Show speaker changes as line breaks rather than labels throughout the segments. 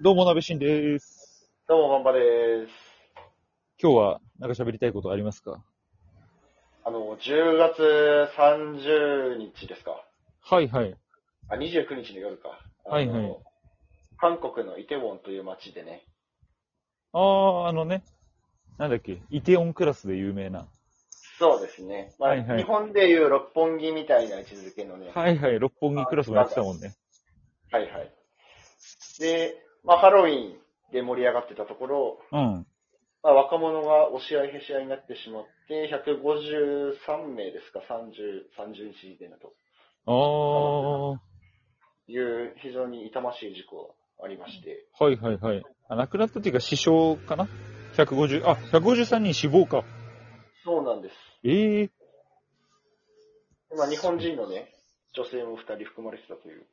どうも、なべしんです。
どうも、まんばです。
今日は、なんか喋りたいことありますか
あの、10月30日ですか。
はいはい。
あ、29日の夜か。あの
はいはい。
韓国のイテウォンという街でね。
ああ、あのね、なんだっけ、イテオンクラスで有名な。
そうですね。まあ、
はいはい
日本でいう六本木みたいな位置づけのね。
はいはい、六本木クラスもやってたもんね。
はいはい。で、まあ、ハロウィーンで盛り上がってたところ、
うん。
まあ、若者が押し合いへし合いになってしまって、153名ですか、30、30日時点だと。
ああ、は
いう非常に痛ましい事故がありまして。
いはいはい。あ、亡くなったっていうか死傷かな ?150、あ、153人死亡か。
そうなんです。
ええ
まあ、日本人のね、女性も2人含まれてたという、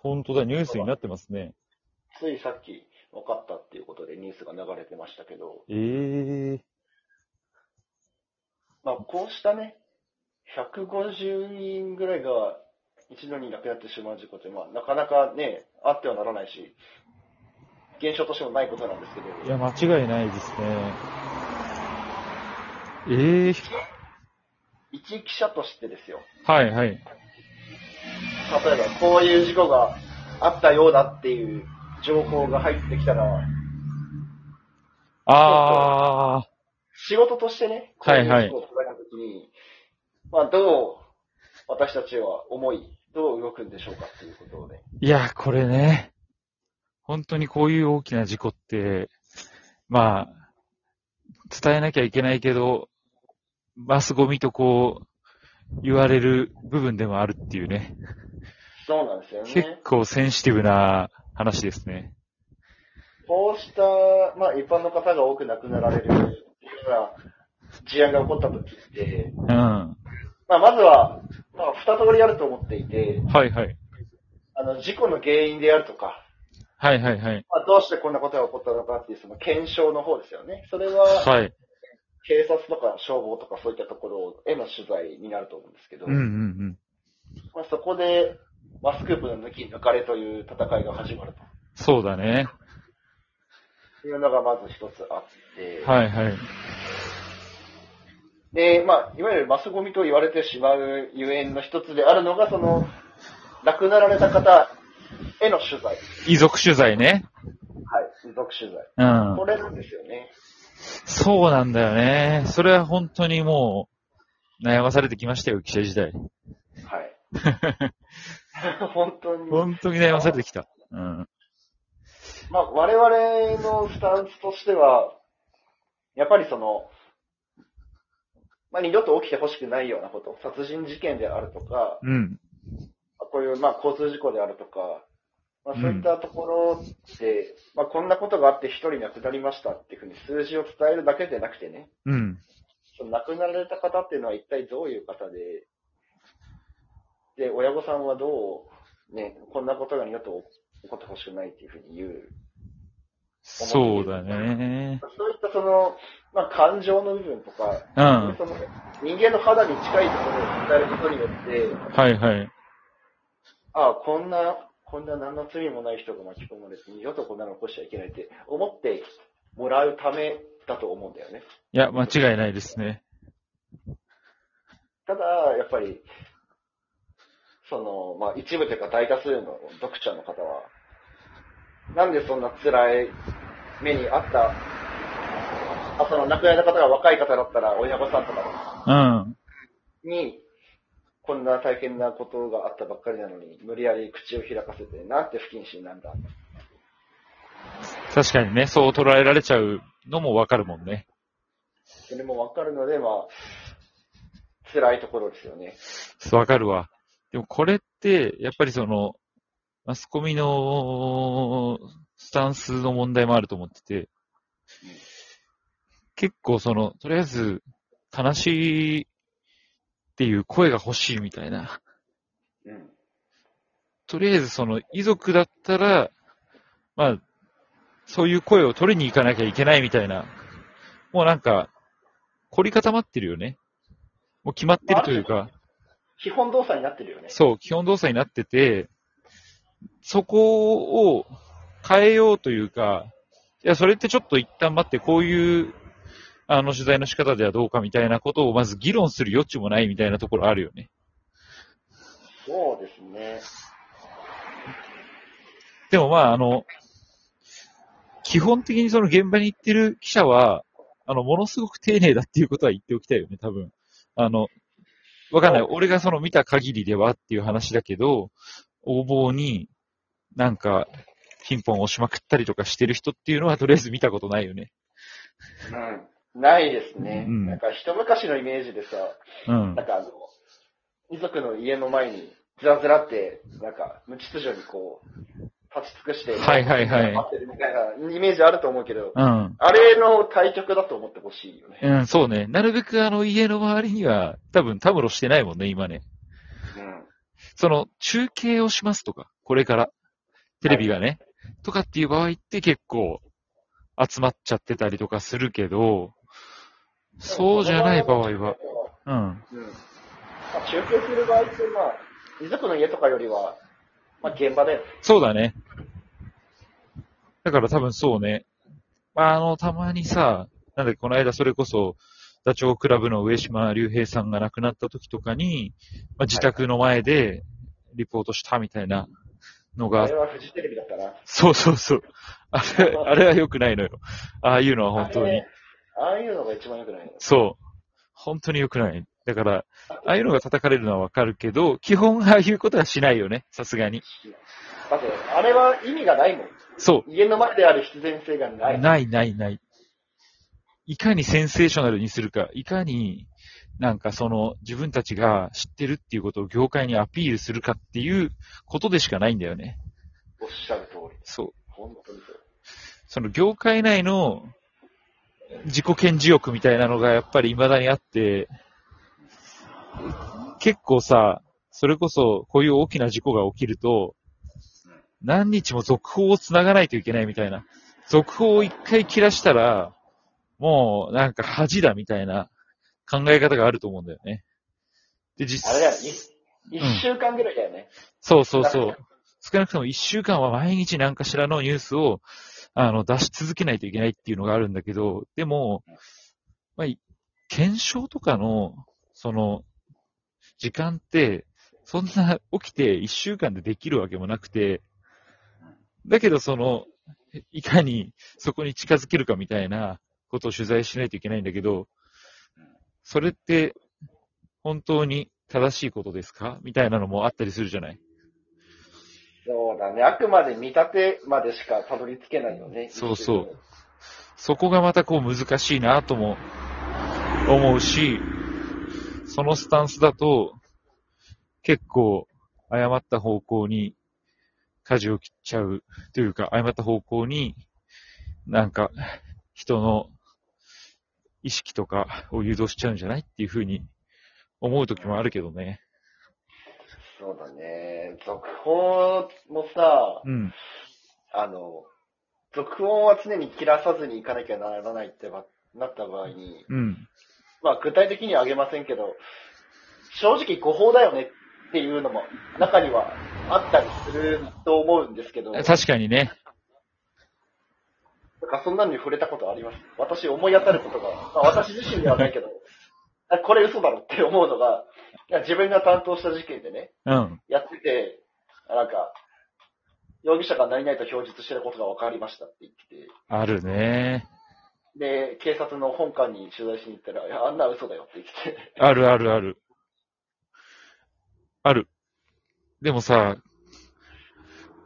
本当だ、ニュースになってますね。
ついさっき分かったっていうことでニュースが流れてましたけど、
ええ
まあ、こうしたね、150人ぐらいが一度に亡くなってしまう事故って、まあ、なかなかね、あってはならないし、現象としてもないことなんですけど、
いや、間違いないですね。ええ
一記者としてですよ、
はいはい。
例えばこういう事故があったようだっていう情報が入ってきたら、
ああ、
仕事としてね、こういう事故を捉えたときに、まあ、どう私たちは思い、どう動くんでしょうかっていうことをね。
いや、これね、本当にこういう大きな事故って、まあ、伝えなきゃいけないけど、マスゴミとこう、言われる部分でもあるっていうね、
そうなんですよ
結
ね。
構センシティブな話ですね。
こうした、まあ、一般の方が多く亡くなられるような事案が起こったときって、
うん。は
まあ、まずは、まあ、二通りあると思っていて、
いはい。
あの、事故の原因であるとか、
はいはいはい。
まあ、どうしてこんなことが起こったのかっていう、その検証の方ですよね。それは、
はい。
警察とか消防とかそういったところへの取材になると思うんですけど、
うんうんうん。
まあ、そこで、マスクープの抜き抜かれという戦いが始まる
そうだね。
というのがまず一つあって、
はいはい。
で、まあ、いわゆるマスゴミと言われてしまうゆえんの一つであるのが、その、亡くなられた方への取材。はい、
遺族取材ね。
遺族取材。
うん
こ。れなんですよね。
そうなんだよね。それは本当にもう、悩まされてきましたよ、記者時代。
はい。本当に。
本当に悩まされてきた。うん。
まあ、我々のスタンスとしては、やっぱりその、まあ、二度と起きてほしくないようなこと、殺人事件であるとか、
うん。
こういう、まあ、交通事故であるとか、まあ、そういったところで、まあ、こんなことがあって一人亡くなりましたっていうふうに数字を伝えるだけでなくてね、
うん。
その亡くなられた方っていうのは一体どういう方で、で、親御さんはどう、ね、こんなことが二度と起こってほしくないっていうふうに言う。
そうだね。
そういったその、まあ、感情の部分とか、
うん。は
その人間の肌に近いところを伝えることによっ
い
て、
はい。
ああ、こんな、こんな何の罪もない人が巻き込まれて、二度とこんなの起こしちゃいけないって思ってもらうためだと思うんだよね。
いや、間違いないですね。
ただ、やっぱり、その、まあ、一部というか大多数の読者の方は、なんでそんな辛い目にあった、あその亡くなった方が若い方だったら親御さんとか
うん。
に、こんな大変なことがあったばっかりなのに、無理やり口を開かせて、なんて不謹慎なんだ。
確かにね、そう捉えられちゃうのもわかるもんね。
それもわかるので、まあ、辛いところですよね。
わかるわ。でもこれって、やっぱりその、マスコミのスタンスの問題もあると思ってて、結構その、とりあえず、悲しいっていう声が欲しいみたいな。
うん。
とりあえずその遺族だったら、まあ、そういう声を取りに行かなきゃいけないみたいな、もうなんか、凝り固まってるよね。もう決まってるというか、
基本動作になってるよね。
そう、基本動作になってて、そこを変えようというか、いや、それってちょっと一旦待って、こういう、あの、取材の仕方ではどうかみたいなことをまず議論する余地もないみたいなところあるよね。
そうですね。
でもまあ、あの、基本的にその現場に行ってる記者は、あの、ものすごく丁寧だっていうことは言っておきたいよね、多分。あの、わかんない。俺がその見た限りではっていう話だけど、横暴になんか、ピンポン押しまくったりとかしてる人っていうのはとりあえず見たことないよね。
うん。ないですね。
うん
なんか一昔のイメージでさ、
うん
な。んかあの、遺族の家の前に、ずらずらって、なんか、無秩序にこう、立ち尽くして、
はいはいはい
待ってるみたいなイメージあると思うけど、
うん。
あれの対局だと思ってほしいよね。
うん、そうね。なるべくあの家の周りには多分たむろしてないもんね、今ね。
うん。
その中継をしますとか、これから、テレビがね、とかっていう場合って結構集まっちゃってたりとかするけど、そうじゃない場合は、うん。
うん。まあ、中継する場合って、まあ、遺族の家とかよりは、まあ、現場だよね。
そうだね。だから多分そうね。まあ、あの、たまにさ、なんだっけこの間それこそ、ダチョウ倶楽部の上島竜兵さんが亡くなった時とかに、まあ、自宅の前でリポートしたみたいなのがあ
あ
っ
れはフジテレビだったな。
そうそうそう。あ れ、あれは良くないのよ。ああいうのは本当
あ
に
れ。ああいうのが一番良くないの。
そう。本当に良くない。だから、ああいうのが叩かれるのはわかるけど、基本ああいうことはしないよね。さすがに。
だって、あれは意味がないもん。
そ
家の前である必然性が
う。
ない。
ないないない。いかにセンセーショナルにするか、いかに、なんかその、自分たちが知ってるっていうことを業界にアピールするかっていうことでしかないんだよね。
おっしゃる通り。
そう。
本当にそう。
その業界内の自己顕示欲みたいなのがやっぱり未だにあって、結構さ、それこそこういう大きな事故が起きると、何日も続報を繋がないといけないみたいな。続報を一回切らしたら、もうなんか恥だみたいな考え方があると思うんだよね。で、実
あれだよね。い一週間ぐらいだよね。
そうそうそう。少なくとも一週間は毎日何かしらのニュースを、あの、出し続けないといけないっていうのがあるんだけど、でも、まあ、い検証とかの、その、時間って、そんな起きて一週間でできるわけもなくて、だけどその、いかにそこに近づけるかみたいなことを取材しないといけないんだけど、それって本当に正しいことですかみたいなのもあったりするじゃない
そうだね。あくまで見立てまでしかたどり着けないよね。
そうそうそこがまたこう難しいなとも思うし、そのスタンスだと結構誤った方向に舵を切っちゃうというか、誤った方向になんか人の意識とかを誘導しちゃうんじゃないっていうふうに思う時もあるけどね。
そうだね。続報もさ、
うん。
あの、続報は常に切らさずにいかなきゃならないってばなった場合に、
うん。
まあ具体的にはあげませんけど、正直誤報だよねっていうのも中にはあったりすると思うんですけど、なんか
確かにね。
そんなのに触れたことあります。私思い当たることが、まあ私自身ではないけど、あこれ嘘だろって思うのが、いや自分が担当した事件でね、
うん。
やってて、なんか、容疑者が何々と供述してることが分かりましたって言って
あるね。
て、で、警察の本館に取材しに行ったら、いや、あんな嘘だよって言ってて、
あるあるある。ある。でもさ、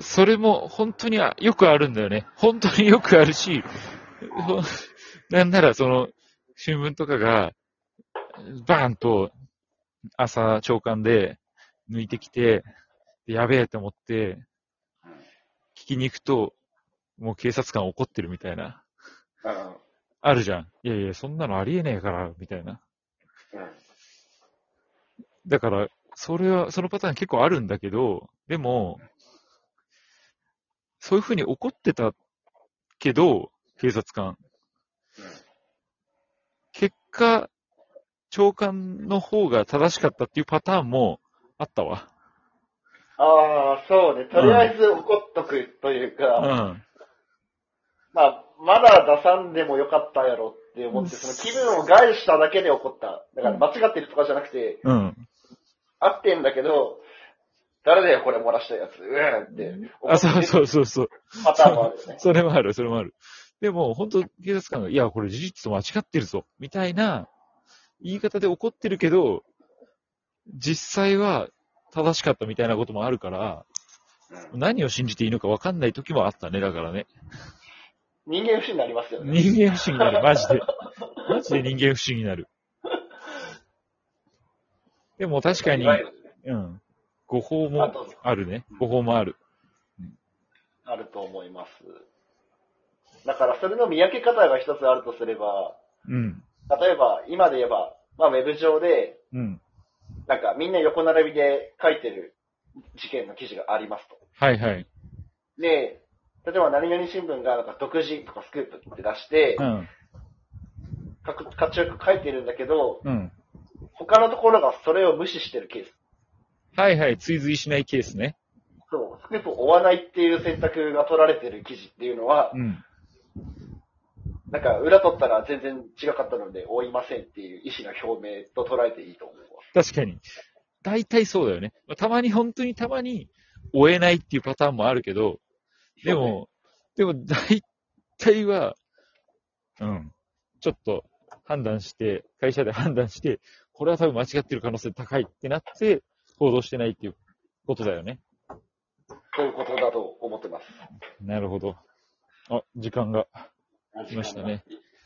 それも本当にはよくあるんだよね。本当によくあるし、ほなんならその、新聞とかが、バーンと朝朝刊で抜いてきて、でやべえと思って、聞きに行くと、もう警察官怒ってるみたいな。
うん、
あるじゃん。いやいや、そんなのありえねえから、みたいな。だから、それは、そのパターン結構あるんだけど、でも、そういうふうに怒ってたけど、警察官
うん。
結果、長官の方が正しかったっていうパターンもあったわ。
ああ、そうね。とりあえず怒っとくというか、
うん。
まあ、まだ出さんでもよかったやろって思っ
う
て、
ん
その気分を害しただけで怒った。だから間違ってるとかじゃなくて、
うん。
合ってんだけど、誰だよこれ漏らしたやつ、うんって思
あ、
って
そうそううそうそう。
パターンもあ るよね。
それもある、それもある。でも、本当警察官が、いや、これ事実と間違ってるぞ、みたいな言い方で怒ってるけど、実際は正しかったみたいなこともあるから、
うん
何を信じていいのか分かんない時もあったね、だからね。
人間不信になりますよね。
人間不信になる、マジ で。マジで人間不信になる。でも確かに
い、わゆる
うん。誤報
あ
も
と
あるね。誤報もある。
あると思います。だからそれの見分け方が一つあるとすれば、
うん。
例えば今で言えば、まあウェブ上で、
うん。
なんかみんな横並びで書いてる事件の記事がありますと。
はいはい。
で、例えば何々新聞がなんか独自とかスクープって出して
う、ん。
かくかっちょよく書いてるんだけど、
うん。
他のところがそれを無視してるケース。
はいはい。追随しないケースね。
そう、スクープを追わないっていう選択が取られてる記事っていうのは
う、ん。
なんか裏取ったら全然違かったので追いませんっていう意思の表明と捉えていいと思います。
確かに。大体そうだよね。まあたまに、本当にたまに、追えないっていうパターンもあるけど、でも、でも大体は、うん、ちょっと判断して、会社で判断して、これは多分間違ってる可能性高いってなって、行動してないっていうことだよね。
ということだと思ってます。
なるほど。あ、時間が来ましたね。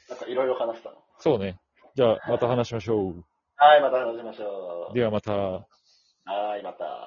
なんかいろいろ話したの。
そうね。じゃあ、また話しましょう。
はい、また話しましょ
ではまた。
う。はい、また。